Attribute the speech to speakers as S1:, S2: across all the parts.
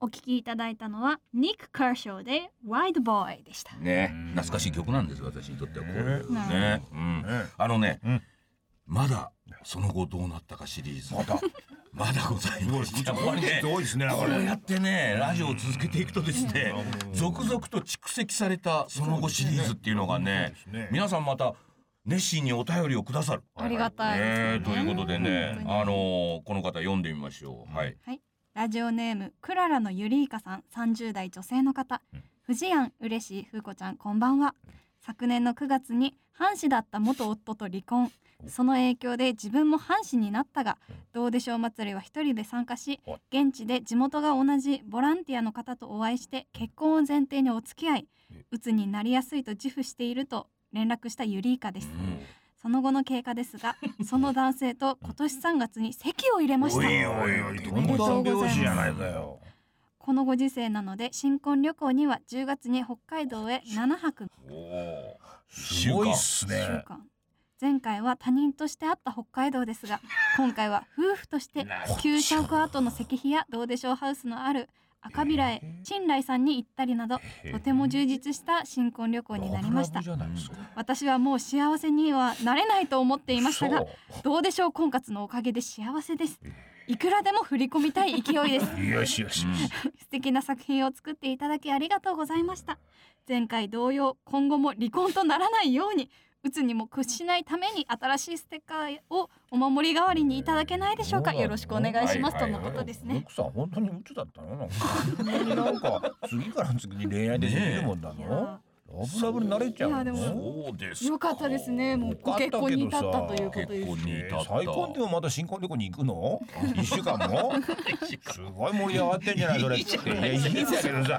S1: お聞きいただいたのはニック・カーショーで「ワイド・ボーイ」でした。
S2: ね
S3: うん
S2: 懐かしい曲なんです私にとってはこういう
S1: ね
S2: ね、うん、
S3: ね
S2: あのね、
S3: うん
S2: まだその後どうなったかシリーズまだまだございます
S3: すごいね多いですね
S2: こ
S3: こ
S2: れ
S3: れ
S2: やってねラジオを続けていくとですね
S3: うん
S2: 続々と蓄積されたその後シリーズっていうのがね
S3: そうですね
S2: 皆さんまた熱心にお便りをくださる。
S1: ありがたいですよね
S2: ねということで
S1: 本
S2: ね
S1: 当に
S2: あのーこの方読んでみましょう。はい
S1: ラジオネームクララのゆりいかさん30代女性の方、
S3: うん
S1: 藤庵嬉しいふうこちゃんこんばんは昨年の9月に藩士だった元夫と離婚その影響で自分も藩士になったがどうでしょう祭りは一人で参加し
S3: お
S1: 現地で地元が同じボランティアの方とお会いして結婚を前提にお付き合い
S3: え
S1: 鬱になりやすいと自負していると連絡したゆりいかです
S2: うん
S1: その後の経過です がその男性と今年3月に籍を入れました
S3: おいおいおいどんどん拍子じゃないかよ
S1: このご時世なので新婚旅行には10月に北海道へ7泊1
S2: おお
S3: すごいっ
S1: 週
S3: すね
S1: 間前回は他人として会った北海道です が今回は夫婦として
S3: なるほど
S1: 旧社屋跡の石碑やどうでしょうハウスのある赤ビラへ陳来さんに行ったりなどとても充実した新婚旅行になりました
S3: ラブラブじゃないですか
S1: 私はもう幸せにはなれないと思っていましたがどうでしょう婚活のおかげで幸せですいくらでも振り込みたい勢い です
S3: よしよしよし
S1: 素敵な作品を作っていただきありがとうございました前回同様今後も離婚とならないように鬱にも屈しないために新しいステッカーをお守り代わりにいただけないでしょうかよろしくお願いします
S2: は
S1: と
S2: い
S1: の
S2: はいはい
S1: ことですね
S3: 奥さん本当に鬱だったのなんかそんなになんか次から次に恋愛でできるもんだ
S1: い
S3: の
S1: や
S3: ラブラブになれちゃうの
S1: いやでも
S2: そうです
S1: よかったですねもうご結婚に至ったということです
S2: 結婚に至った。
S3: 再婚 でもまた新婚旅行に行くの一週間もすごい盛り上がってんじゃないそれっていやいいんだけどさ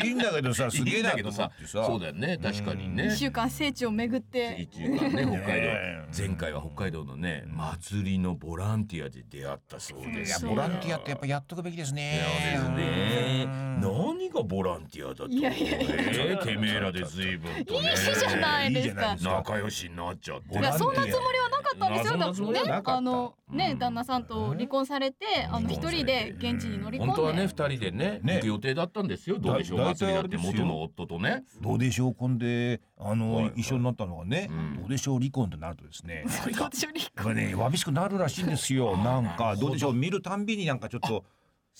S3: いいんだけどさすげえなと思ってさ
S2: そうだよね確かにね
S1: 1。週間聖地を巡って
S2: 一週間ね北海道
S3: ねえ
S2: 前回は北海道のね祭りのボランティアで出会ったそうで
S3: い
S2: す
S3: や
S2: よ。
S3: ボランティアってやっぱやっとくべきですね
S2: そうですね
S3: うん
S2: 何がボランティアだと。
S1: いやいやい
S2: えーてめえらで随分とね
S1: いいじゃないですか
S3: いいじゃないですか
S2: 仲良しになっちゃって。
S1: いやそんなつもりはなかったんですよ。
S2: いや
S1: だ
S2: そんなつもりは
S1: ね
S2: な、かった
S1: あのね
S2: うん
S1: 旦那さんと離婚されて、あの
S2: 離
S1: 一
S2: 婚されて
S1: 人で現地に乗り込んで。
S2: 本当はね二人でね
S3: ね
S2: 行く予定だったんですよ。どうでしょう
S3: だ
S2: 祭りだって
S3: 大体あれです
S2: 元
S3: よ
S2: の夫とね。
S3: どうでしょう婚であ
S2: はい
S3: の
S2: はい
S3: 一緒になったのがね
S2: うん
S3: どうでしょう離婚となるとですね
S1: 私より
S3: やっぱねわびしくなるらしいんですよなん
S2: なるほ
S3: か
S2: ど
S3: どうでしょう見るたんびになんかちょっと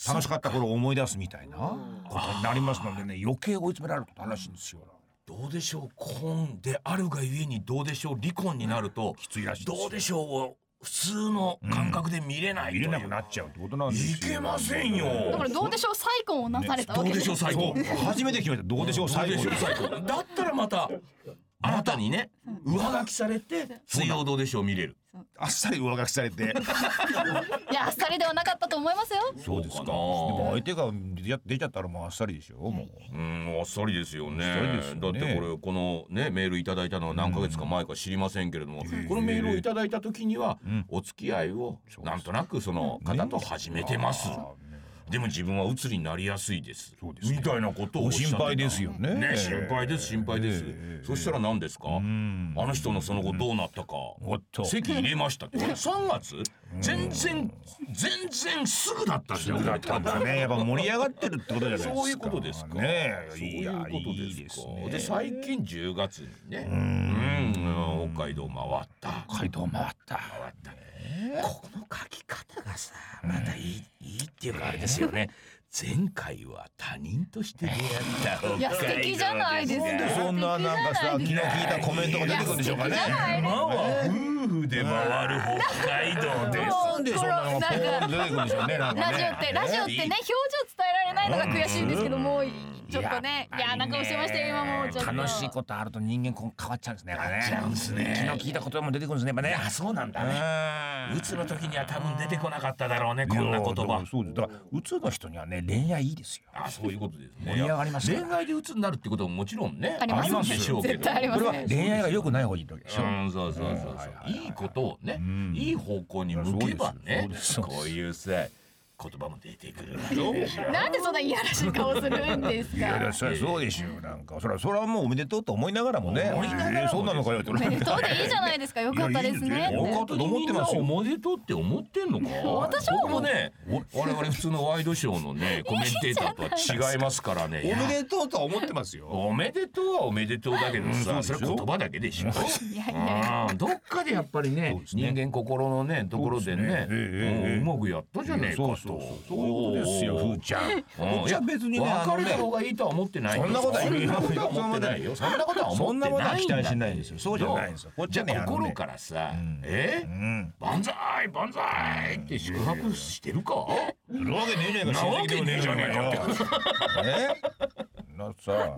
S3: 楽しかった頃を思い出すみたいなことになりますのでね余計追い詰められることあるらしいんですよ
S2: どうでしょう婚であるがゆえにどうでしょう離婚になると
S3: きついらしいですよ
S2: どうでしょうを普通の感覚で見れないと
S3: 見
S2: いう
S3: れなくなっちゃうってことなんですよ
S2: いけませんよ
S1: だからどうでしょう再婚をなされたわ
S2: どう
S1: け
S2: で
S1: で
S2: し
S1: す
S2: ょう。最
S3: そ
S2: 高
S3: う初めて決めたどうでしょう最後
S2: どうでしょう最高だったらまた新たにね上書きされて水曜どうでしょう見れる
S3: あっさり上書きされて
S1: いやあっさりではなかったと思いますよ。
S3: そうですか
S2: そう
S3: で
S2: かな
S3: も相手が出ちゃ出ちゃったらもうあっさりでしょもう
S2: うんあっさりですよね
S3: あっさりですよね
S2: だってこれこのねメールいただいたのは何ヶ月か前か知りませんけれども、このメールをいただいた時には
S3: ん
S2: お付き合いをなんとなくその方と始めてます、
S3: ね
S2: でも自分は鬱になりやすいです
S3: そうですね
S2: みたいなことをおっしゃってた
S3: ご心配ですよね
S2: ね心配です心配です、
S3: ええ
S2: そしたら何ですか、
S3: ん
S2: あの人のその後どうなったか、
S3: おっと
S2: 席入れましたって3月全然全然すぐだったんだよ
S3: だったんだねやっぱ盛り上がってるってことじゃないですか
S2: そういうことですか。
S3: ねえ
S2: そう
S3: い
S2: いう
S3: や
S2: こと
S3: いい
S2: で
S3: ですす
S2: か。
S3: ね
S2: で最近10月にね、うんうん北海道回った。
S3: 北海道回った
S2: 回った。ここの書き方がさ、またいいいいっていうかあれですよね。前回は他人として出会った北海道
S1: いや素敵じゃないですか。
S3: なんでそんななんかさ
S1: 素
S3: 気
S1: 敵じ
S3: の
S1: ゃない
S3: 利いたコメントが出てくるんでしょうかね
S1: いや素敵じゃない
S2: 今は夫婦で回る北海道です。
S3: なんでそんなのがポーンと出てくるんでしょうねなんか
S1: ラジオっ
S3: ね
S1: てラジオってね表情伝えられないのが悔しいんですけどもうちょっとね
S3: や
S1: いやな顔してましたよ今もうちょっと。
S3: 楽しいことあると人間こう変わっちゃうんですねやっぱね
S2: 変わっちゃうんですね
S3: 気の利いたことも出てくるんですねやっぱね
S2: あ、そうなんだね。
S3: うん
S2: うつの時には多分出てこなかっただろうね、こんな言
S3: いやだか
S2: 葉
S3: ら。そうですだからうつの人にはね恋愛いいですよ
S2: あそういうことですね。
S3: 盛り上がりますから
S2: 恋愛で鬱になるってことももちろんね、
S1: ありますね
S2: でしょうけど。
S1: 絶対あります
S3: これは
S1: ね
S3: 恋愛が良くない方がいいわけでしょ
S2: うん、そうそうそうそう、いいことをね、いい方向に向けばね
S3: そうです、そうです
S2: こういうさ。言葉も出てくるわ
S3: よ
S2: けですよ。
S1: なんでそんないやらしい顔するんです
S3: いやい
S1: か
S3: やそりゃそうでしょなんかそりゃそれはもうおめでとうと思いながらもね
S2: 思いながらも
S3: えーそうなのかよって
S1: おめでとうでいいじゃないですかよかったですね
S3: いやいいです
S1: っ
S3: ね
S1: て
S3: よかったと思ってますよ
S2: みんなおめでとうって思ってん のか。
S1: 私は
S2: 僕もね、我々普通のワイドショーの ね、コメンテーターとは違いますからね。
S3: おめでとうとは思ってますよ
S2: おめでとうはおめでとうだけど
S3: う
S2: さ、
S3: ん
S2: そ
S3: そ
S2: れ
S3: うでしょ
S2: 言葉だけでしょ。
S1: いやいやいや
S2: うんどっかでやっぱりね
S3: そうです
S2: 人
S3: ね
S2: 間心のねところでね
S3: そうですねえええ
S2: う
S3: え
S2: んうまくやったじゃねえか
S3: そう
S2: と
S3: そうそうそういうことですよふーちゃんふ
S2: うん
S3: ーちゃん別にねあ
S2: 別
S3: の
S2: れた
S3: ね
S2: 方がいいとは思ってないよ
S3: そんなことは
S2: そん
S3: 言う
S2: な
S3: よ
S2: ことは思ってないよそんなことは思ってないんだ
S3: そんなことは期待しないですよそうじゃないんですよこっちはね
S2: じゃあ
S3: あのね
S2: 心からさ
S3: うん
S2: え
S3: うん
S2: 万歳万歳って祝福してるか
S3: いるわけねえじゃねえか
S2: なわけねえじゃねえかって
S3: えな さ
S1: わ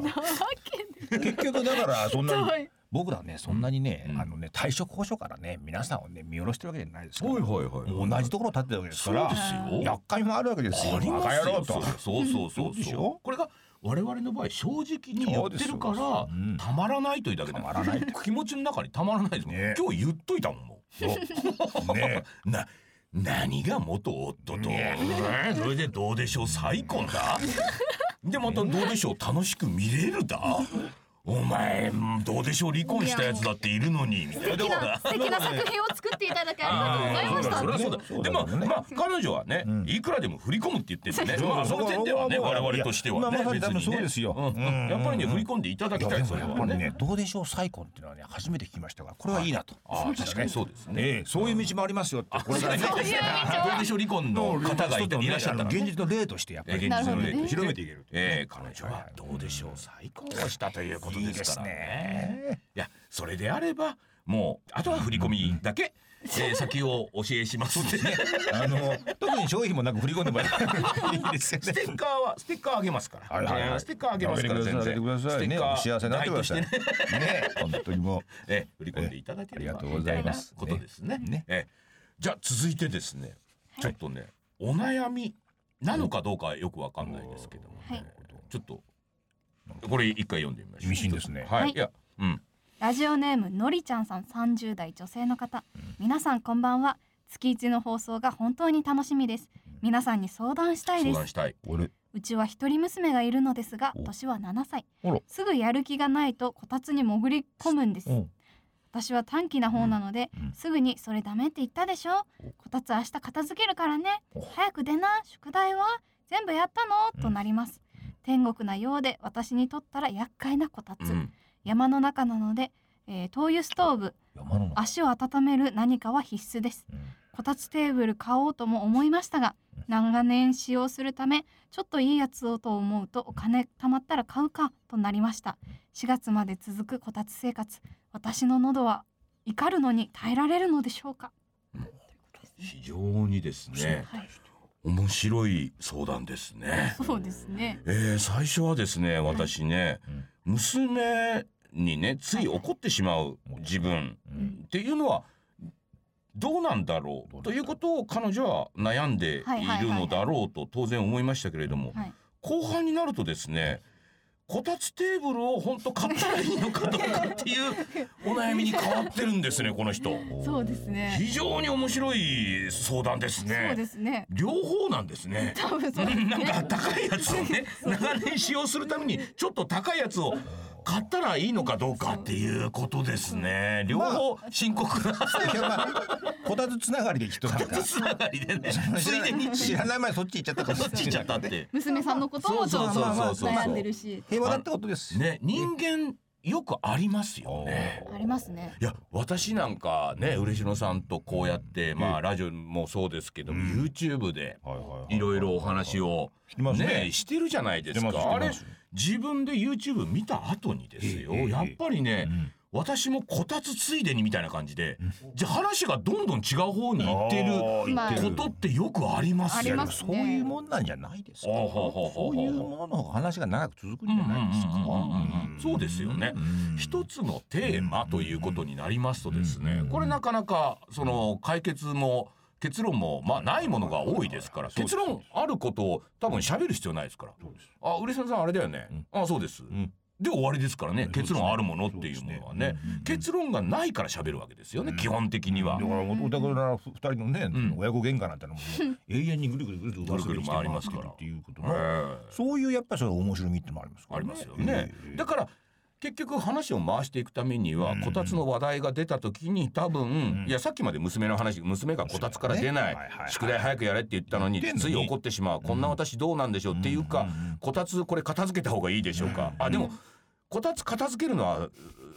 S1: けで
S3: 結局だからそんなに
S1: い
S3: 僕らねそんなにね、
S2: うん
S3: あのね退職交渉からね皆さんをね見下ろしてるわけじゃないですから、
S2: はいはいはい
S3: 同じところ立ってるわけですか
S2: そう
S3: ら
S2: ですよ
S3: 厄介もあるわけですよ
S2: あります
S3: バカ野
S2: よ
S3: 郎と
S2: そうそうそうそう
S3: でし
S2: そう
S3: ょ
S2: これが我々の場合正直に言ってるから
S3: そうですうん
S2: たまらないというだけだ
S3: たまらない
S2: 気持ちの中にたまらないですもん、
S3: ね
S2: 今日言っといたもんもう
S3: ね
S2: な何が元夫と、
S3: ね
S2: ねそれでどうでしょう再婚 だでまたどうでしょう楽しく見れる だお前どうでしょう離婚したやつだっているのにみた
S1: 素
S2: いな
S1: 敵な素敵な作品を作っていただきありがとうございました
S2: それはそう
S3: そ
S2: だ。
S3: うだ
S2: でも、
S3: そうだね
S2: まあ、彼女はね
S3: う、ん
S2: いくらでも振り込むって言ってるんでね。
S3: そう
S2: まあ、そ
S3: そう
S2: の点ではね、
S3: そこは
S2: 我
S3: もう
S2: 々としてはね
S3: いやまあまさ、に多分
S2: 別にね
S3: そうですよ
S2: うん
S3: うん
S2: やっぱりね、振り込んでいただ
S3: い
S2: き
S3: や
S2: た
S3: で
S2: い。
S3: も
S2: それ
S3: やっ
S2: は
S3: ぱり
S2: ね
S3: ね。どうでしょう再婚っていうのはね初めて聞きましたからこれはいいなと、
S2: ああ、確かにそうですね。
S3: ええそういう道もありますよってこれからね
S1: そういう道は
S2: どうでしょう離婚の方がいていらっしゃったら
S3: 現実の例としてやっぱ
S2: 現
S3: り
S2: 実の
S1: なるほど
S2: 例
S1: ね
S2: 広
S3: 広
S2: め
S3: め
S2: て
S3: て
S2: い
S3: い
S2: け
S3: け
S2: る
S3: る
S2: ええ彼女はどうでしょう再婚をしたということですから
S3: いいです
S2: ね
S3: ね
S2: いやそれであればもうあとは振り込みだけえー先を教えしますんでね
S3: あの特に商品もなく振り込んでもら えいいですよ
S2: ステ
S3: ね
S2: ッカーはステッカーあげますから。
S3: はいはいはい
S2: えーステッカーあげますから全然。
S3: あげてくださいあげてくださいね
S2: ステッカー
S3: お幸せになってください
S2: 代としてね
S3: ね本当に もう
S2: えー、振り込んでいただければ
S3: ありがとうございます
S2: みたなことですね。
S3: ね
S2: えーじゃあ続いてですね、ちょっとね、お悩みなのかどうかはよくわかんないですけども、ね
S1: はい
S2: ちょっとこれ一回読んでみましょう。
S3: 意味深ですね
S2: はい。
S1: はい
S2: い、や、うん。
S1: ラジオネームのりちゃんさん30代女性の方皆さんこんばんは月一の放送が本当に楽しみです皆さんに相談したい
S2: 相
S1: です
S2: 談したい。
S3: 俺
S1: うちは一人娘がいるのですが
S3: お
S1: 年は7歳
S3: あら
S1: すぐやる気がないとこたつに潜り込むんです
S3: うん
S1: 私は短気な方なので、
S3: うんうん
S1: すぐにそれダメって言ったでしょこたつ明日片付けるからね
S3: お
S1: 早く出な宿題は全部やったのとなります天国なようで私にとったら厄介なこた
S2: う
S1: つ、
S2: ん。
S1: 山の中なので、えー灯油ストーブ
S3: 山の中
S1: 足を温める何かは必須です
S3: うん
S1: こたつテーブル買おうとも思いましたが長年使用するためちょっといいやつをと思うとお金貯まったら買うかとなりました4月まで続くこたつ生活私の喉は怒るのに耐えられるのでしょうか
S2: 非常にですね、
S1: はい、
S2: 面白い相談ですね。
S1: そうですね
S2: えー、最初はですね私ね、娘にねつい怒ってしまう自分
S3: うん
S2: っていうのはどうなんだろうということを彼女は悩んでいるのだろうと当然思いましたけれども
S1: はい
S2: 後半になるとですねこたつテーブルを本当買ったらいいのかどうかっていうお悩みに変わってるんですねこの人。
S1: そうですね
S2: 非常に面白い相談ですね。
S1: そうですね
S2: 両方なんです ね。
S1: 多分そうですね
S2: なんか高いやつをね長年使用するためにちょっと高いやつを買ったらいいのかどうかっていうことですね両方深刻な
S3: いやまあこたつつながりできっとなんか
S2: つながりでね ついでに
S3: 知らない前にそっち行っちゃったかも
S2: そっち行
S3: し
S2: っち
S3: れな
S2: ゃ
S3: い
S2: ったって
S1: 娘さんのこともちょっと
S3: そうそうそうそう
S1: 悩んでるし
S3: 平和だってことです
S2: ね人間よくありますよね
S1: ありますね
S2: いや私なんかね嬉野さんとこうやってまあラジオもそうですけども YouTube で
S3: はいはい
S2: ろいろお話を
S3: 聞きますね
S2: ねしてるじゃないです
S3: してます
S2: かあれ
S3: してま
S2: 自分で YouTube 見た後にですよ
S3: ええええ
S2: やっぱりね
S3: うん
S2: 私もこたつついでにみたいな感じでじゃあ話がどんどん違う方に行ってるこ
S1: まあ
S2: とってよくあります
S1: あり
S2: よ
S1: ま
S2: ね。
S1: す
S3: そういうもんなんじゃないですか
S2: あはははは
S3: そういうものの方が話が長く続くんじゃないですか
S2: うんうんうんうんそうですよね
S3: うん
S2: 一つのテーマということになりますとです
S3: うん
S2: ね
S3: うん
S2: これなかなかその解決も結論もまあないものが多いですから
S3: そうで
S2: 結
S3: す
S2: 論あることを多分喋る必要ないですから
S3: そうです
S2: あ、嬉野さんあれだよね。あ、そうです。
S3: ん
S2: で終わりですからね結論あるものっていう
S3: そう
S2: も
S3: ですね
S2: のはね
S3: うんうんうん
S2: 結論がないから喋るわけですよね、
S3: うん
S2: 基本的には
S3: だ。からおお宅ら二人のね、
S2: うん
S3: 親子喧嘩なんてのももう 永遠にぐるぐるぐるぐると
S2: ぐるぐる回ります
S3: して
S2: か
S3: る
S2: ら
S3: っていうこと
S2: え
S3: の、
S2: え
S3: そういうやっぱりそれ面白みってのもありますから
S2: ありますよね、
S3: ええ
S2: だから結局話を回していくためには、
S3: うん
S2: こたつの話題が出た時に多分、
S3: うん
S2: いやさっきまで娘の話娘がこたつから出ない、
S3: ねはいはいはい
S2: 宿題早くやれって言ったのに
S3: 言ってんの
S2: つ
S3: に
S2: い怒ってしまうこんな私どうなんでしょう、っていうか、
S3: んんん
S2: こたつこれ片付けた方がいいでしょうか、あでもこたつ片付けるのはう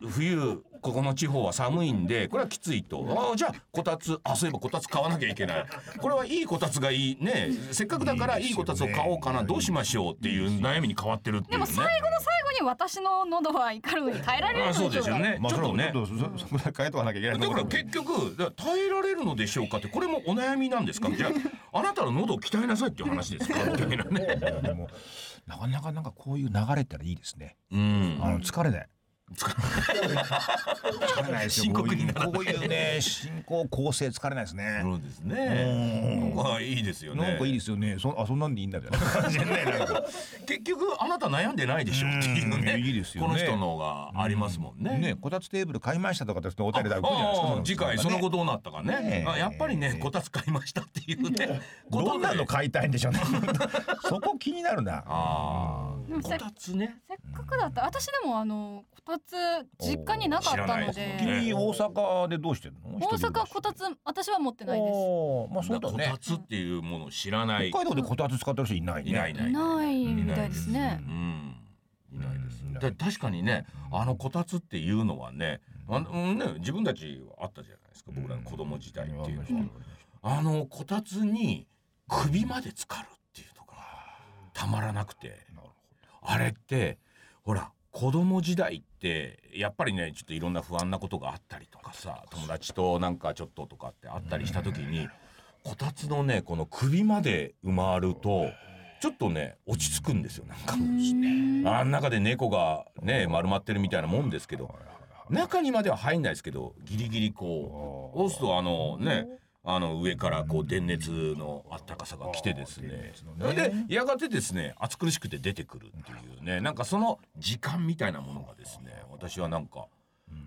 S2: 冬ここの地方は寒いんでこれはきついとあーじゃあこたつあそういえばこたつ買わなきゃいけないこれはいいこたつがいいねせっかくだからいいこたつを買おうかなどうしましょうっていう悩みに変わってるってい
S1: で
S2: うね
S1: も最後の最後に私の喉は怒るに耐えられる
S2: あ
S1: ので
S2: ー
S1: し
S2: そ
S1: ょ
S2: うですよ
S1: か
S2: ね
S3: まあ
S2: ちょ
S3: そ
S2: っ
S3: れ
S2: と
S3: も
S2: ね
S3: ねそそ そこら変えとかなきゃいけな
S2: だ
S3: いと
S2: か
S3: ころ
S2: ら結局だから耐えられるのでしょうかってこれもお悩みなんです かじゃああなたの喉を鍛えなさいっていう話ですかみたいなね
S3: でもなかなかなんかこういう流れってのはいいですね。
S2: うん
S3: あの疲れない。疲れないです
S2: 深
S3: よ。
S2: 刻になら
S3: こういうこういうね進行構成疲れないですね。
S2: そうですね
S3: うん
S2: なんかいいですよね
S3: なんかいいですよね。そあそんなんでいいんだみたいな感じでね。なんか
S2: 結局あなた悩んでないでしょっていうね
S3: うんいいですよね
S2: この人のがありますもんね。
S3: ねこたつテーブル買いましたとかってお
S2: あ
S3: 便りだけ来るじゃないですか
S2: ああ。次回その後
S3: と。
S2: どうなったかね
S3: ねえ
S2: あやっぱりねこたつ買いましたっていうねことで
S3: どんなの買いたいんでしょうね。そこ気になるな。
S2: あ
S1: でも
S2: あ
S1: せ
S2: こたつね
S1: せっかくだった私でもあのこたつ実家になかっ
S2: 知ら
S1: た
S2: ない
S1: の
S2: ですね
S1: で
S2: ね
S3: 君大阪でどうしてるの？
S1: 大阪こた
S3: つ
S1: つ私は持ってないです
S3: まあそうだ
S2: こ
S3: ね
S2: た。つっていうものを知らない
S3: 北海道でこたつ使ってる人いないね。
S2: いない
S1: ないみたいですね
S2: うんいないです
S3: うん
S2: で確かにねあのこたつっていうのはねあの、うんね、自分たちはあったじゃないですか僕らの子供時代っていうのは。あのこたつに首まで浸かるっていうのがたまらなくてあれってほら子供時代ってやっぱりねちょっといろんな不安なことがあったりとかさ友達となんかちょっととかってあったりした時にこたつのねこの首まで埋まるとちょっとね落ち着くんですよなんか。あん中で猫がね丸まってるみたいなもんですけど中にまでは入んないですけどギリギリこう
S3: あー
S2: 押すとあのねあの上からこう電熱のあったかさが来てですね
S3: あー電熱のね
S2: でやがてですね暑苦しくて出てくるっていうねなんかその時間みたいなものがですね私はなんか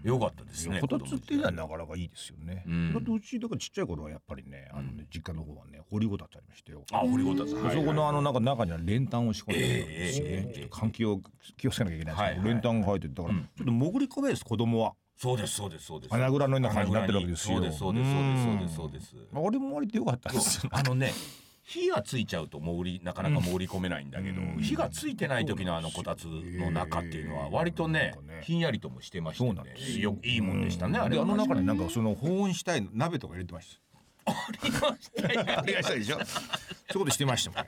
S2: 良かったですね。
S3: こたつっていうの
S2: 子供時代
S3: はなかなかいいですよね。
S2: うん
S3: だってうちだからちっちゃい頃はやっぱりね、あのね実家の方はね、掘りごたつありましたよ。
S2: あ掘りごたつ
S3: で
S2: はい
S3: そこのあのなんか中には練炭を仕込んでるんですよ
S2: えええ
S3: ね
S2: え。
S3: ちょっと換気を気をつけなきゃいけないんで
S2: は
S3: すけど、
S2: いはい
S3: 練炭が入っててだから
S2: う
S3: ちょ
S2: ん
S3: っと潜り込めです子供は。
S2: そうですそうですそうです。
S3: 穴蔵のような感じになってるわけですよ。。
S2: そうですそうですそうですそうですすそうです。
S3: 俺も割と良かったで す
S2: そう。あのね火がついちゃうと潜りなかなか潜り込めないんだけど、
S3: うん
S2: 火がついてない時のあのこたつの中っていうのは割とね
S3: そうなんです
S2: ひんやりともしてまして
S3: そうなん
S2: ね
S3: です
S2: よいいもんでしたね、あれ
S3: であ
S2: は
S3: の中になんかその保温したい鍋とか入れてました。 ありましたでしょ。そういうことしてましたもん。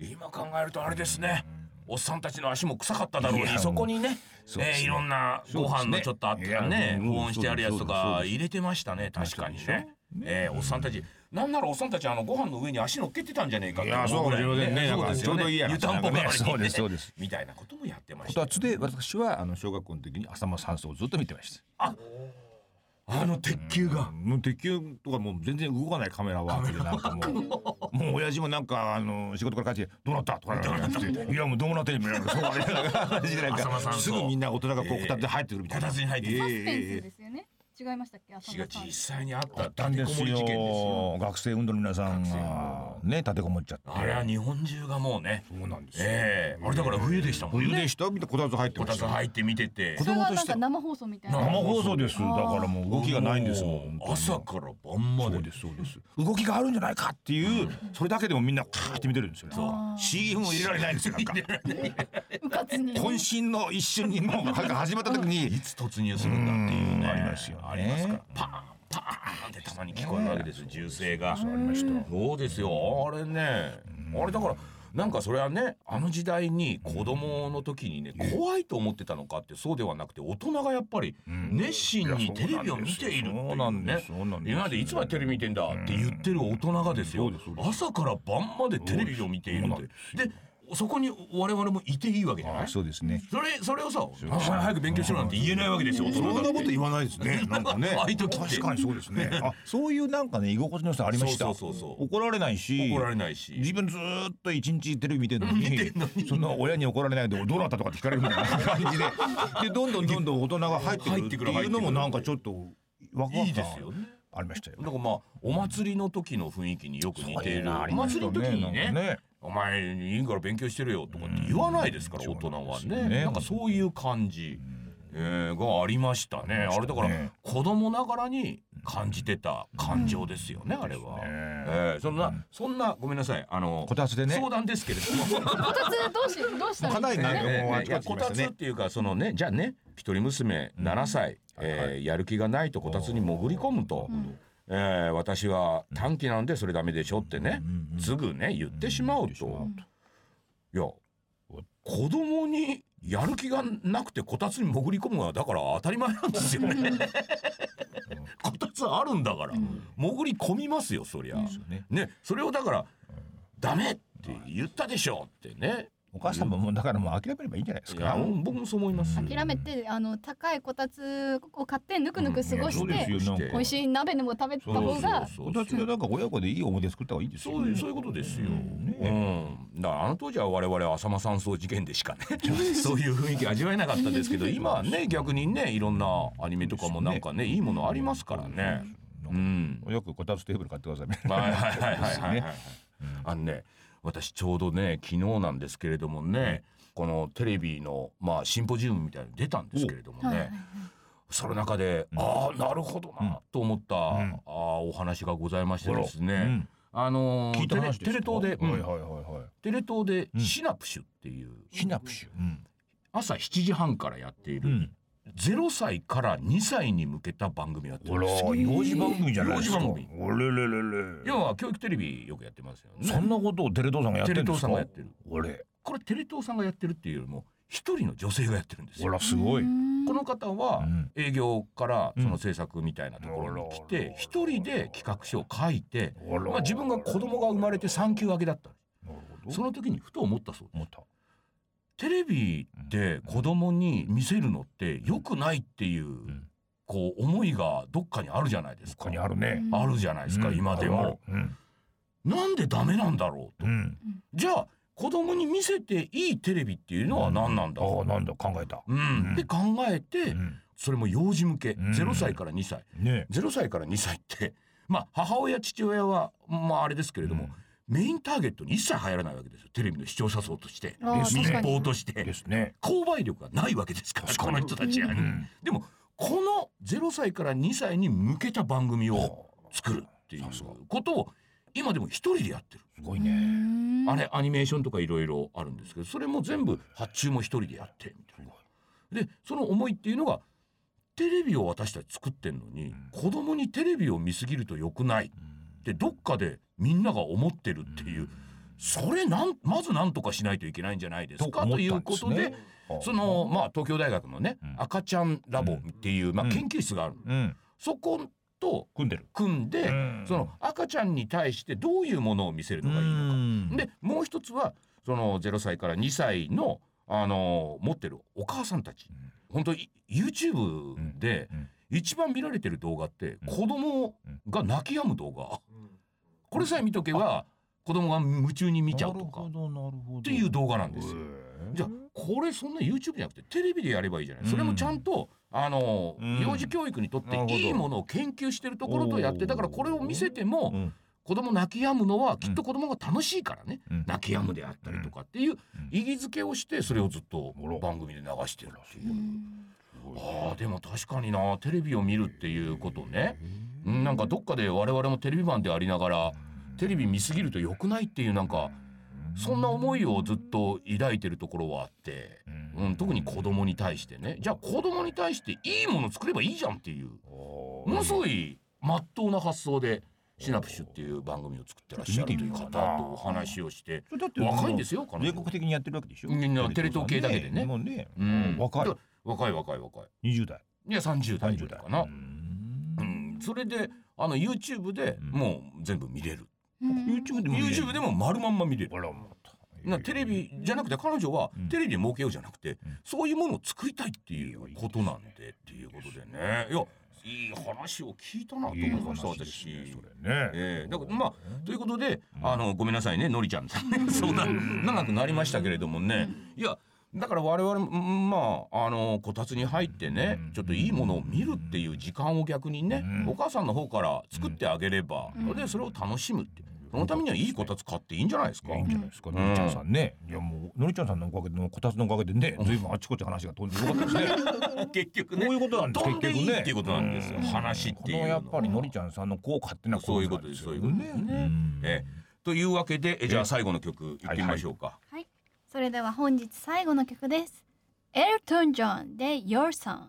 S2: 今考えるとあれですねおっさんたちの足も臭かっただろう
S3: い
S2: に
S3: や
S2: そこにね
S3: そう
S2: ね
S3: ですね
S2: いろんなご飯のちょっとあったらね
S3: そうですねいやうん
S2: 保温してあるやつと
S3: そう
S2: か
S3: です
S2: 入れてましたね確かにねええおっさんたちなんならおっさんたちあのご飯の上に足乗っけてたんじゃねえかって思ぐら
S3: いやそうかもしれません
S2: そ
S3: ね
S2: うですよ
S3: なんかちょうどいいやつ
S2: 湯たんぽ代わりにね
S3: そうですそうです
S2: みたいなこともやってま
S3: こ
S2: したよ
S3: たつで私はあの小学校の時に浅間山荘をずっと見てました。
S2: あの鉄球が
S3: もう鉄球とかもう全然動かないカメラワークでなんかもうもう親父もなんかあの仕事から帰ってどうなったとかなんか言っていやもうどうもなってんみたいなそうあれなんか話でなん
S2: 浅間さ
S3: か
S2: んそう
S3: すぐみんな大人がこうこたつで入ってくるみたいな。
S2: こたつに入ってくる
S1: サ
S3: ええ
S1: スペン
S3: え
S1: ス
S3: ええ
S1: ですよね違いましたっけ浅
S2: 違う
S1: 田さん
S2: 実際にあっ
S3: え
S2: た立てこもり事件ですよ
S3: 学生運動の皆さん
S2: 学生運
S3: がね立てこもっちゃって。
S2: あれは日本中がもうね
S3: そうなんですよ。
S2: ええあれだから冬でしたもんね
S3: 冬でしたみんなこたつ入って
S2: こ
S3: ま
S2: た
S3: し
S2: つ
S3: たよ。
S2: 入って見てて
S3: 子
S1: それ
S3: 供
S1: が
S3: と
S1: なん
S3: し
S1: か
S3: ては
S1: 生放送みたいな
S2: 生
S3: 生放送です。だからもう動きがないんですもん。
S2: あの朝から晩ま
S3: そ
S2: で
S3: うですそうです動きがあるんじゃないかっていう、それだけでもみんなカーって見てるんですよ
S2: そう
S1: あー
S3: CM を入れられないんですよなん か
S1: うかつに
S3: 渾身の一瞬にもうなんか始まった時に
S2: いつ突入するんだっていう
S3: うん
S2: ね
S3: ありますよね
S2: ありますからパーンパーンってたまに聞こえるわけですよ銃声が
S3: ありました
S2: そうですよあれねあれだからなんかそれはねあの時代に子供の時にね怖いと思ってたのかってそうではなくて大人がやっぱり
S3: ん
S2: 熱心
S3: い
S2: に
S3: や
S2: テレビを見ているってい
S3: そう
S2: う
S3: なんで
S2: ね
S3: すそうなんです
S2: 今までいつまでテレビ見てんだって言ってる大人がですよ
S3: うんそうですそうです
S2: 朝から晩までテレビを見ているん
S3: そう
S2: で
S3: です
S2: でそこに我々もいていいわけじゃない
S3: あそうですね
S2: それそれをさ
S3: そう
S2: お前早く勉強しろなんて言えないわけですよ
S4: そんなこと言わないですね。なんかね。
S2: あいときって
S4: 確かにそうですね。
S3: あそういうなんかね居心地の良さありました
S2: そうそうそうそう
S3: 怒られないし
S2: 怒られないし
S3: 自分ずーっと一日テレビ見てるのにそんな親に怒られないで「どうだった?」とかって聞かれるみたいな感じででどんどんどんどん大人が入ってくるっていうのもなんかちょっとワクワ
S2: い
S3: ク
S2: いで
S3: 感
S2: すよね
S3: ありましたよ
S2: だからまあお祭りの時の雰囲気によく似ている
S3: あ
S2: お
S3: りまし
S2: 祭
S3: た
S2: り
S3: ね
S2: の時に
S3: なんか
S2: ねお前いいから勉強してるよとかって言わないですから
S3: うん
S2: 大人は
S3: そうなんですよ
S2: ね
S3: ね
S2: なんかそういう感じえーがありましたねあれだから子供ながらに感じてた感情ですよねあれはえーそんなそんなごめんなさいあの
S3: こたつでね
S2: 相談ですけれども
S1: こたつどうしどうしたらいい
S3: かなり
S2: ね
S3: ね
S2: ね
S3: もう
S2: ね
S3: あちこち
S2: こ
S3: 来ましたた
S2: つっ
S3: ね
S2: ていうかそのねじゃあね一人娘7歳、えーやる気がないとこたつに潜り込むと、えー私は短期なんでそれダメでしょってね、すぐね言ってしまうと、いや子供にやる気がなくてこたつに潜り込むのはだから当たり前なんですよね。こたつあるんだから、潜り込みますよそりゃ。
S3: ね
S2: ねそれをだから「ダメ!」って言ったでしょってね。
S3: お母さんももうだからもう諦めればいいんじゃないです
S2: いや
S3: か
S2: うん僕もそう思います。
S1: 諦めてあの高いこたつを買ってぬくぬく過ごし
S3: そうです
S1: て
S3: よなんか
S1: 美味しい鍋でも食べた方が
S2: そ
S3: こ
S2: うそ
S3: た
S2: う
S3: つでなんか親子でいい思い出作った方がいいです
S2: そ
S3: よ
S2: ういう
S3: ね
S2: そういうことですよ。うん、だからあの当時は我々は浅間山荘事件でしか ねそういう雰囲気味わえなかったですけど今はね逆にねいろんなアニメとかもなんかねいいものありますからね。うん、
S3: よくこたつテーブル買ってくださいみ たいな
S2: はいはいはいはいはい、
S3: で
S2: はい。あのね、私ちょうどね、昨日なんですけれどもね、このテレビの、まあ、シンポジウムみたいなの出たんですけれども
S1: おはいはい
S2: ね。その中で、ああ、なるほどなと思った、
S3: ん
S2: ああ、お話がございましてですね。
S3: うん
S2: あのー
S3: 聞い
S2: テ
S3: た
S2: レ
S3: 話
S2: テ
S3: です
S2: レ東で、うん
S3: はいはいはいはい
S2: テレ東でシナプシュっていう、
S3: シナプシュ
S2: 朝7時半からやっている、
S3: うん
S2: 0歳から2歳に向けた番組をやって
S3: あ
S2: るん
S3: ら
S2: ですよ
S3: 幼児番組じゃないですか
S2: 幼児番
S3: あれれれれ
S2: 要は教育テレビよくやってますよね。
S3: そんなことをテレ東さんがやってるんで
S2: テレ東
S3: すか
S2: さんがやってる
S3: 俺
S2: これテレ東さんがやってるっていうよりも一人の女性がやってるんです
S3: ほ
S2: よ。
S3: らすごい
S2: この方は
S3: うん
S2: 営業からその制作みたいなところに来
S3: うん
S2: て一人で企画書を書いて、
S3: あら
S2: まあ、自分が子供が生まれて産休明けだった
S3: なるほど
S2: その時にふと思ったそう
S3: 思った
S2: テレビで子供に見せるのって良くないっていうんこう思いがどっかにあるじゃないですか
S3: 他にあるね
S2: あるじゃないですか
S3: うん
S2: 今でも
S3: うん
S2: なんでダメなんだろうと
S3: うん
S2: じゃあ子供に見せていいテレビっていうのは何なんだ
S3: ああ
S2: ろ
S3: なんだ考えた
S2: う、うん、って考えて、
S3: うん
S2: それも幼児向け、
S3: ん
S2: 0歳から2歳
S3: ね
S2: 0歳から2歳って まあ母親父親はまああれですけれども、メインターゲットに一切入らないわけですよテレビの視聴者層として
S1: あー
S2: 民
S1: 確かに
S2: 放として
S3: ですね
S2: 購買力がないわけですからこの人たちはね、
S3: ん
S2: でもこの0歳から2歳に向けた番組を作るっていうことを今でも一人でやってる、
S3: すごいね
S2: あれアニメーションとかいろいろあるんですけどそれも全部発注も一人でやってみたいな。でその思いっていうのがテレビを私たち作ってんのに、子供にテレビを見すぎると良くないってどっかでみんなが思ってるっていう、それなんまず何とかしないといけないんじゃないです
S3: と
S2: かと
S3: 思っ
S2: い
S3: た
S2: うん
S3: で
S2: こ
S3: す
S2: と
S3: ね
S2: で
S3: ああ
S2: そのまあ東京大学のね、
S3: ん
S2: 赤ちゃんラボっていう、まあ、
S3: うん
S2: 研究室がある、
S3: うん
S2: そこと
S3: 組んでる
S2: 組んで、
S3: うん
S2: その赤ちゃんに対してどういうものを見せるのがいいのか。
S3: の
S2: でもう一つはその0歳から2歳の、あの持ってるお母さんたち、本当に YouTube で
S3: うん
S2: 一番見られてる動画って子供が泣き止む動画、これさえ見とけば子供が夢中に見ちゃうとかっ
S3: どなるほど
S2: ていう動画なんですよ。
S3: へえ
S2: じゃあこれそんな YouTube じゃなくてテレビでやればいいじゃない、それもちゃんとあの、
S3: うん
S2: 幼児教育にとって
S3: なるほど
S2: いいものを研究してるところとやっ
S3: お
S2: て
S3: ー
S2: だからこれを見せても、
S3: うん
S2: 子供泣き止むのはきっと子供が楽しいからね、
S3: うん
S2: 泣き止むであったりとかっていう意義づけをしてそれをずっと番組で流してるっていう。ああでも確かになテレビを見るっていうことねうんなんかどっかで我々もテレビマンでありながらテレビ見すぎると良くないっていうなんかそんな思いをずっと抱いてるところはあって、うん、特に子供に対してねじゃあ子供に対していいもの作ればいいじゃんっていうものすごい真っ当な発想でシナプシュっていう番組を作ってらっしゃるという方とお話をして
S3: それだって
S2: 若いんですよ彼
S3: 全
S2: 女
S3: 国的にやってるわけでしょ
S2: みんなテレ東系だけでね
S3: もうね
S2: うん
S3: 若い
S2: 若い若い若い
S3: 20代
S2: いや30代ぐ
S3: 30
S2: ら
S3: 代
S2: いかな
S3: う、ん
S2: うん、それであの YouTube でもう全部見れる、
S3: YouTube でも見れる
S2: YouTube でも丸まんま見れる
S3: あらまた
S2: なテレビじゃなくて彼女は
S3: うん
S2: テレビで儲けようじゃなくて、
S3: ん
S2: そういうものを作りたいっていうことなんでっていうことでねいやいい話を聞いたなと思いました
S3: 話で
S2: 私
S3: す。ねそれね。
S2: ええだからまあということで、あのごめんなさいねのりちゃ んそうな長くなりましたけれどもね、いやだから我々うんまああのこたつに入ってね、
S3: うん
S2: ちょっといいものを見るっていう時間を逆にね、
S3: うん
S2: お母さんの方から作ってあげれば、
S1: うん
S2: でそれを楽しむってそのためにはいいこたつ買っていいんじゃないですか。
S3: いやいいんじゃないですか、のりちゃんさんね。いやもうのりちゃんさんのおかげでこたつのおかげでね、ずいぶんあちこち話が飛んでよかったですね。
S2: 結局
S3: こういうことなんです
S2: 飛んで
S3: 結
S2: い
S3: 局
S2: い
S3: ね
S2: っていうことなんですよ、
S3: うん
S2: 話っていう
S3: このやっぱりのり
S2: ゃ
S3: ちゃんさんのこう勝手な
S2: そういうことですそういうことですね、
S3: うん
S2: ええというわけでえじゃあ最後の曲いってみましょうか、
S1: はいそれでは本日最後の曲ですエルトン・ジョンで Your Song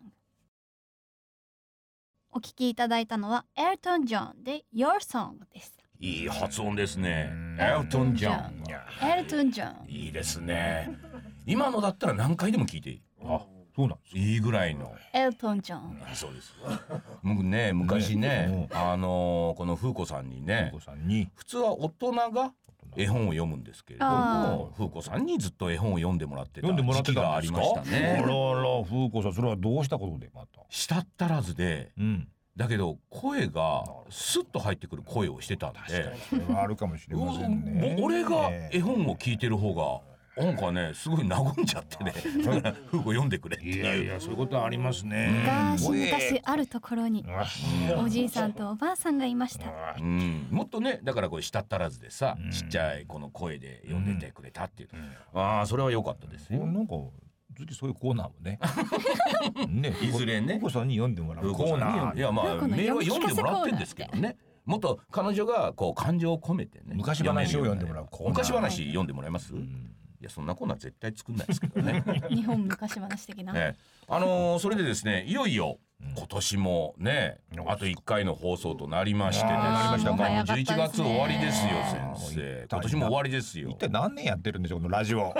S1: お聴きいただいたのはエルトン・ジョンで Your Song です
S2: いい発音ですね
S3: うん
S2: エルトン・ジョン
S3: いや
S1: エルトン・ジョン
S2: いいですね 今のだったら何回でも聞いていい
S3: あそうなんです
S2: いいぐらいの
S1: エルトン・ジョン
S2: そうです僕ね昔ね
S3: ね
S2: あのーこの風子さんに
S3: ね
S2: ね
S3: お子さんに
S2: 普通は大人が絵本を読むんですけれども風子さんにずっと絵本を読んでもらってた
S3: 読んでもらっ
S2: 時
S3: て
S2: 期が
S3: た
S2: あ
S3: ん
S2: り
S3: ですか
S2: ましたね
S3: あらあら風子さんそれはどうしたことでまた
S2: 舌足らずで
S3: うん
S2: だけど声がスッと入ってくる声をしてたんで
S3: それはあるかもしれませんね
S2: う俺が
S3: ええ
S2: 絵本を聞いてる方がなんかねすごい和んじゃってねだから風子読んでくれって
S3: いやい
S2: いう
S3: やそういうことありますね
S1: 昔
S3: うん
S1: 昔あるところに
S3: うわ
S1: おじいさんとおばあさんがいました
S2: うん、もっとねだからこう舌足らずでさ、
S3: うん
S2: ちっちゃいこの声で読んでてくれたっていう、ああそれは良かったです
S3: いや
S2: よ。
S3: なんか次そういうコーナーも ねね
S2: いずれね
S3: 風子さんに読んでもらうコーナー
S2: いやまあ
S1: この
S2: メールは読
S1: 読
S2: ん
S1: み聞か
S2: で
S1: せ
S2: もらってんですけどねもっと彼女がこう感情を込めてね
S3: 昔話を読んでもらうコーナー
S2: 昔話読んでもらえます、
S3: う
S2: い
S3: ん
S2: やそんなコーナー絶対作んないですけどね。
S1: 日本昔話的な、
S2: ねあのーそれでですねいよいよ今年もね、
S3: うん
S2: あと1回の放送となりましてね、
S3: あーなりました
S2: もう
S1: 早かったです
S2: 11
S1: ね
S2: 月終わりですよ先生
S3: ー
S2: 今年も終わりです
S3: 一
S2: よ
S3: 体何年やってるんでしょうこのラ ジオも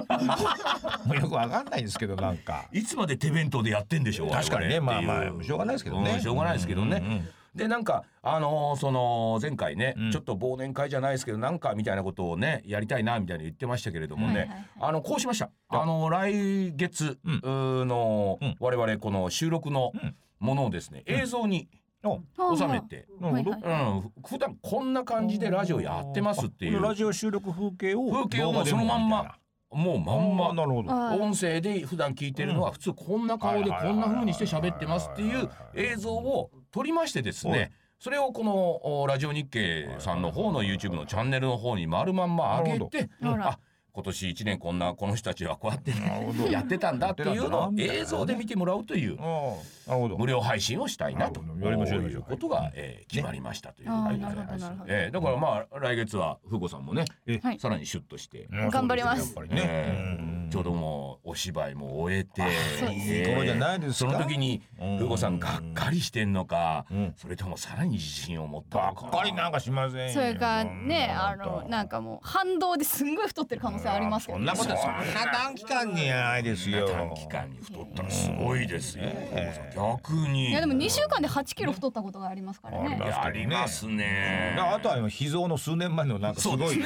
S3: うよくわかんないんですけどなんか
S2: いつまで手弁当でやってんでしょう
S3: 確かにね
S2: 我々ってい
S3: まあまあしょうがないですけどね
S2: んしょうがないですけどね、
S3: うんうんうん
S2: でなんかあのーその前回ね、
S3: うん
S2: ちょっと忘年会じゃないですけどなんかみたいなことをねやりたいなみたいに言ってましたけれどもね、
S1: はいはいはい
S2: あのこうしましたあの来月
S3: うん
S2: うーの、
S3: うん
S2: 我々この収録の
S3: うん
S2: ものをですね、映像に
S3: お
S2: 収めて、
S3: なるほど
S1: はいはい
S2: うん、ふ普段こんな感じでラジオやってますってい
S3: あ
S2: う
S3: このラジオ収録風景を
S2: 風景を
S3: 動画で
S2: そ
S3: も
S2: のまんま
S3: みたい
S2: もう
S3: な
S2: ま
S3: あー
S2: ん
S3: な
S2: ま
S3: るほど
S1: あー
S2: 音声で普段聞いてるのは普通こんな顔でこんな風にして喋ってますっていう映像を撮りましてです
S3: はい
S2: ねそれをこのおラジオ日経さんの方の YouTube のチャンネルの方に丸まんま上げて
S1: なるほど
S2: あ今年1年こんなこの人たちはこうやって
S3: なるほ ど
S2: やってたんだっていうのを映像で見てもらうという
S3: あーなるほど
S2: 無料配信をしたいなと
S3: なるほどやりましょうやりまし
S2: い
S3: ょう
S2: うことが、えー決まりましたということでござい
S1: あーなるほ
S2: ま
S1: どな
S2: す
S1: るほ。ど
S2: えーだからまあ来月はふうこさんもね、
S3: え
S1: はい
S2: さらにシュッとして、
S3: うん
S1: 頑張ります
S3: そうでよやっぱり
S2: え
S3: ね
S2: ー
S3: うん
S2: ちょうどもうお芝居も終えて、
S1: そうです
S3: いい頃じゃないですか
S2: その時に
S3: うん
S2: ふうこさんがっかりしてんのか、
S3: うん
S2: それともさらに自信を持った
S3: ば
S2: の
S3: っかりなんかしませんよ
S1: それかね
S3: そ
S1: あ
S3: んなこと
S1: のなんかもう反動ですんごい太ってる可能性ありますけど、
S3: そんなことそん
S1: は
S3: な短期間にやないですよ
S2: 短期間に太ったらすごいですよ。ふうこさ
S3: え
S2: ん逆に
S1: いやでも2週間で8キロ太ったことがありますから
S3: あり
S1: ね
S3: ま
S2: やりますね。
S3: あとは今秘蔵の数年前のなんかすごいビジ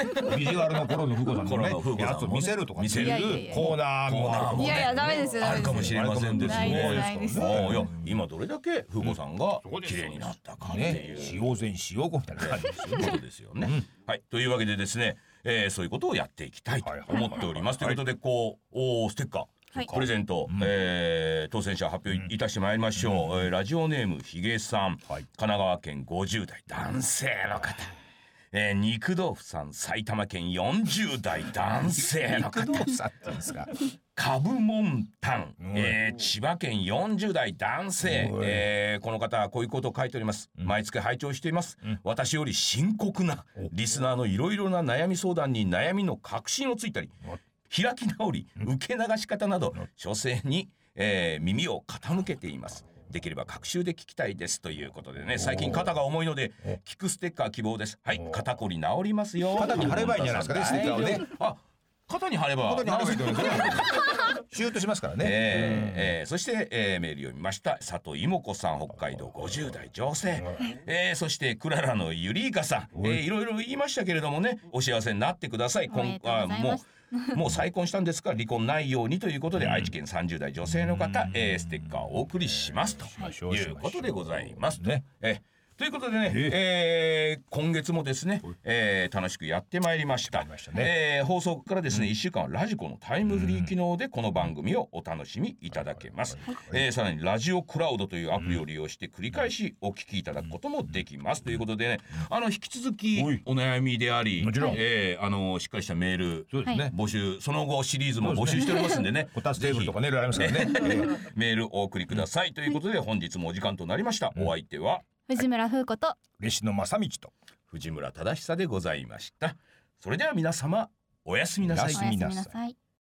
S3: ュアルの頃の風子さんのね
S2: 頃の風子さん
S3: や
S2: も
S3: つ
S2: ね
S3: を見せるとか
S2: 見せる
S3: っていうコーナーもなん
S2: コー
S3: か
S2: ナーも
S1: い
S2: ね
S1: やいやダメですよダ
S2: あ
S1: メで
S2: る
S1: す
S2: か
S1: よ
S2: もしれませんです
S1: ないです
S2: ね。
S1: ないです
S2: ああいや今どれだけ風子さんが綺麗になったかって
S3: ね
S2: いう
S3: 使用前使用後みたいな 感じです
S2: そういうことですよね。はいというわけでですね、えーそういうことをやっていきたいと思っております。ということでこうおーステッカー。
S1: はい
S2: プレゼント、えー当選者発表いたしてまいりましょう、えーラジオネームひげさん、
S3: はい
S2: 神奈川県50代男性の方、えー肉豆腐さん埼玉県40代男性の方
S3: 肉道さんって言うんですか
S2: カブモンタン、
S3: うん
S2: えー千葉県40代男性
S3: うん、
S2: えーこの方はこういうことを書いております、毎月拝聴しています、私より深刻なリスナーのいろいろな悩み相談に悩みの確信をついたり開き直り受け流し方など所詮に、えー耳を傾けていますできれば各週で聞きたいですということでね最近肩が重いので聞くステッカー希望ですはい肩こり治りますよ
S3: 肩に貼ればいいんじゃないですかねステッカーをね
S2: あ肩に貼れば
S3: 本当に話して
S2: 治
S3: る
S2: る
S3: んですねシュートしますからね
S2: えーえーそして、えーメール読みました佐藤妹子さん北海道50代女性、えーそしてクララのゆりいかさん、えーいろいろ言いましたけれどもねお幸せになってください
S1: おめでとうございました
S2: もうもう再婚したんですが離婚ないようにということで、愛知県30代女性の方、えーステッカーをお送りしますということでございますね。えということでね、えー今月もですね、えー楽しくやってまいりました。
S3: やってまいりました
S2: えー放送からですね、1週間はラジコのタイムフリー機能でこの番組をお楽しみいただけます。えーさらにラジオクラウドというアプリを利用して繰り返しお聞きいただくこともできます。ということでね、あの引き続き
S3: はい
S2: お悩みであり、
S3: もちろん
S2: えーあのしっかりしたメール、
S3: そうですね。
S2: 募集その後シリーズも募集しておりますんでね
S3: こたつテーブルとかね、いろいろありますからね。
S2: えーメールお送りくださいということで本日もお時間となりましたお相手は
S1: 藤村風子と
S3: 嬉野正道と。
S2: 藤村忠久でございましたそれでは皆様おやすみ
S1: お
S2: な
S1: や
S2: さい
S1: すみなさい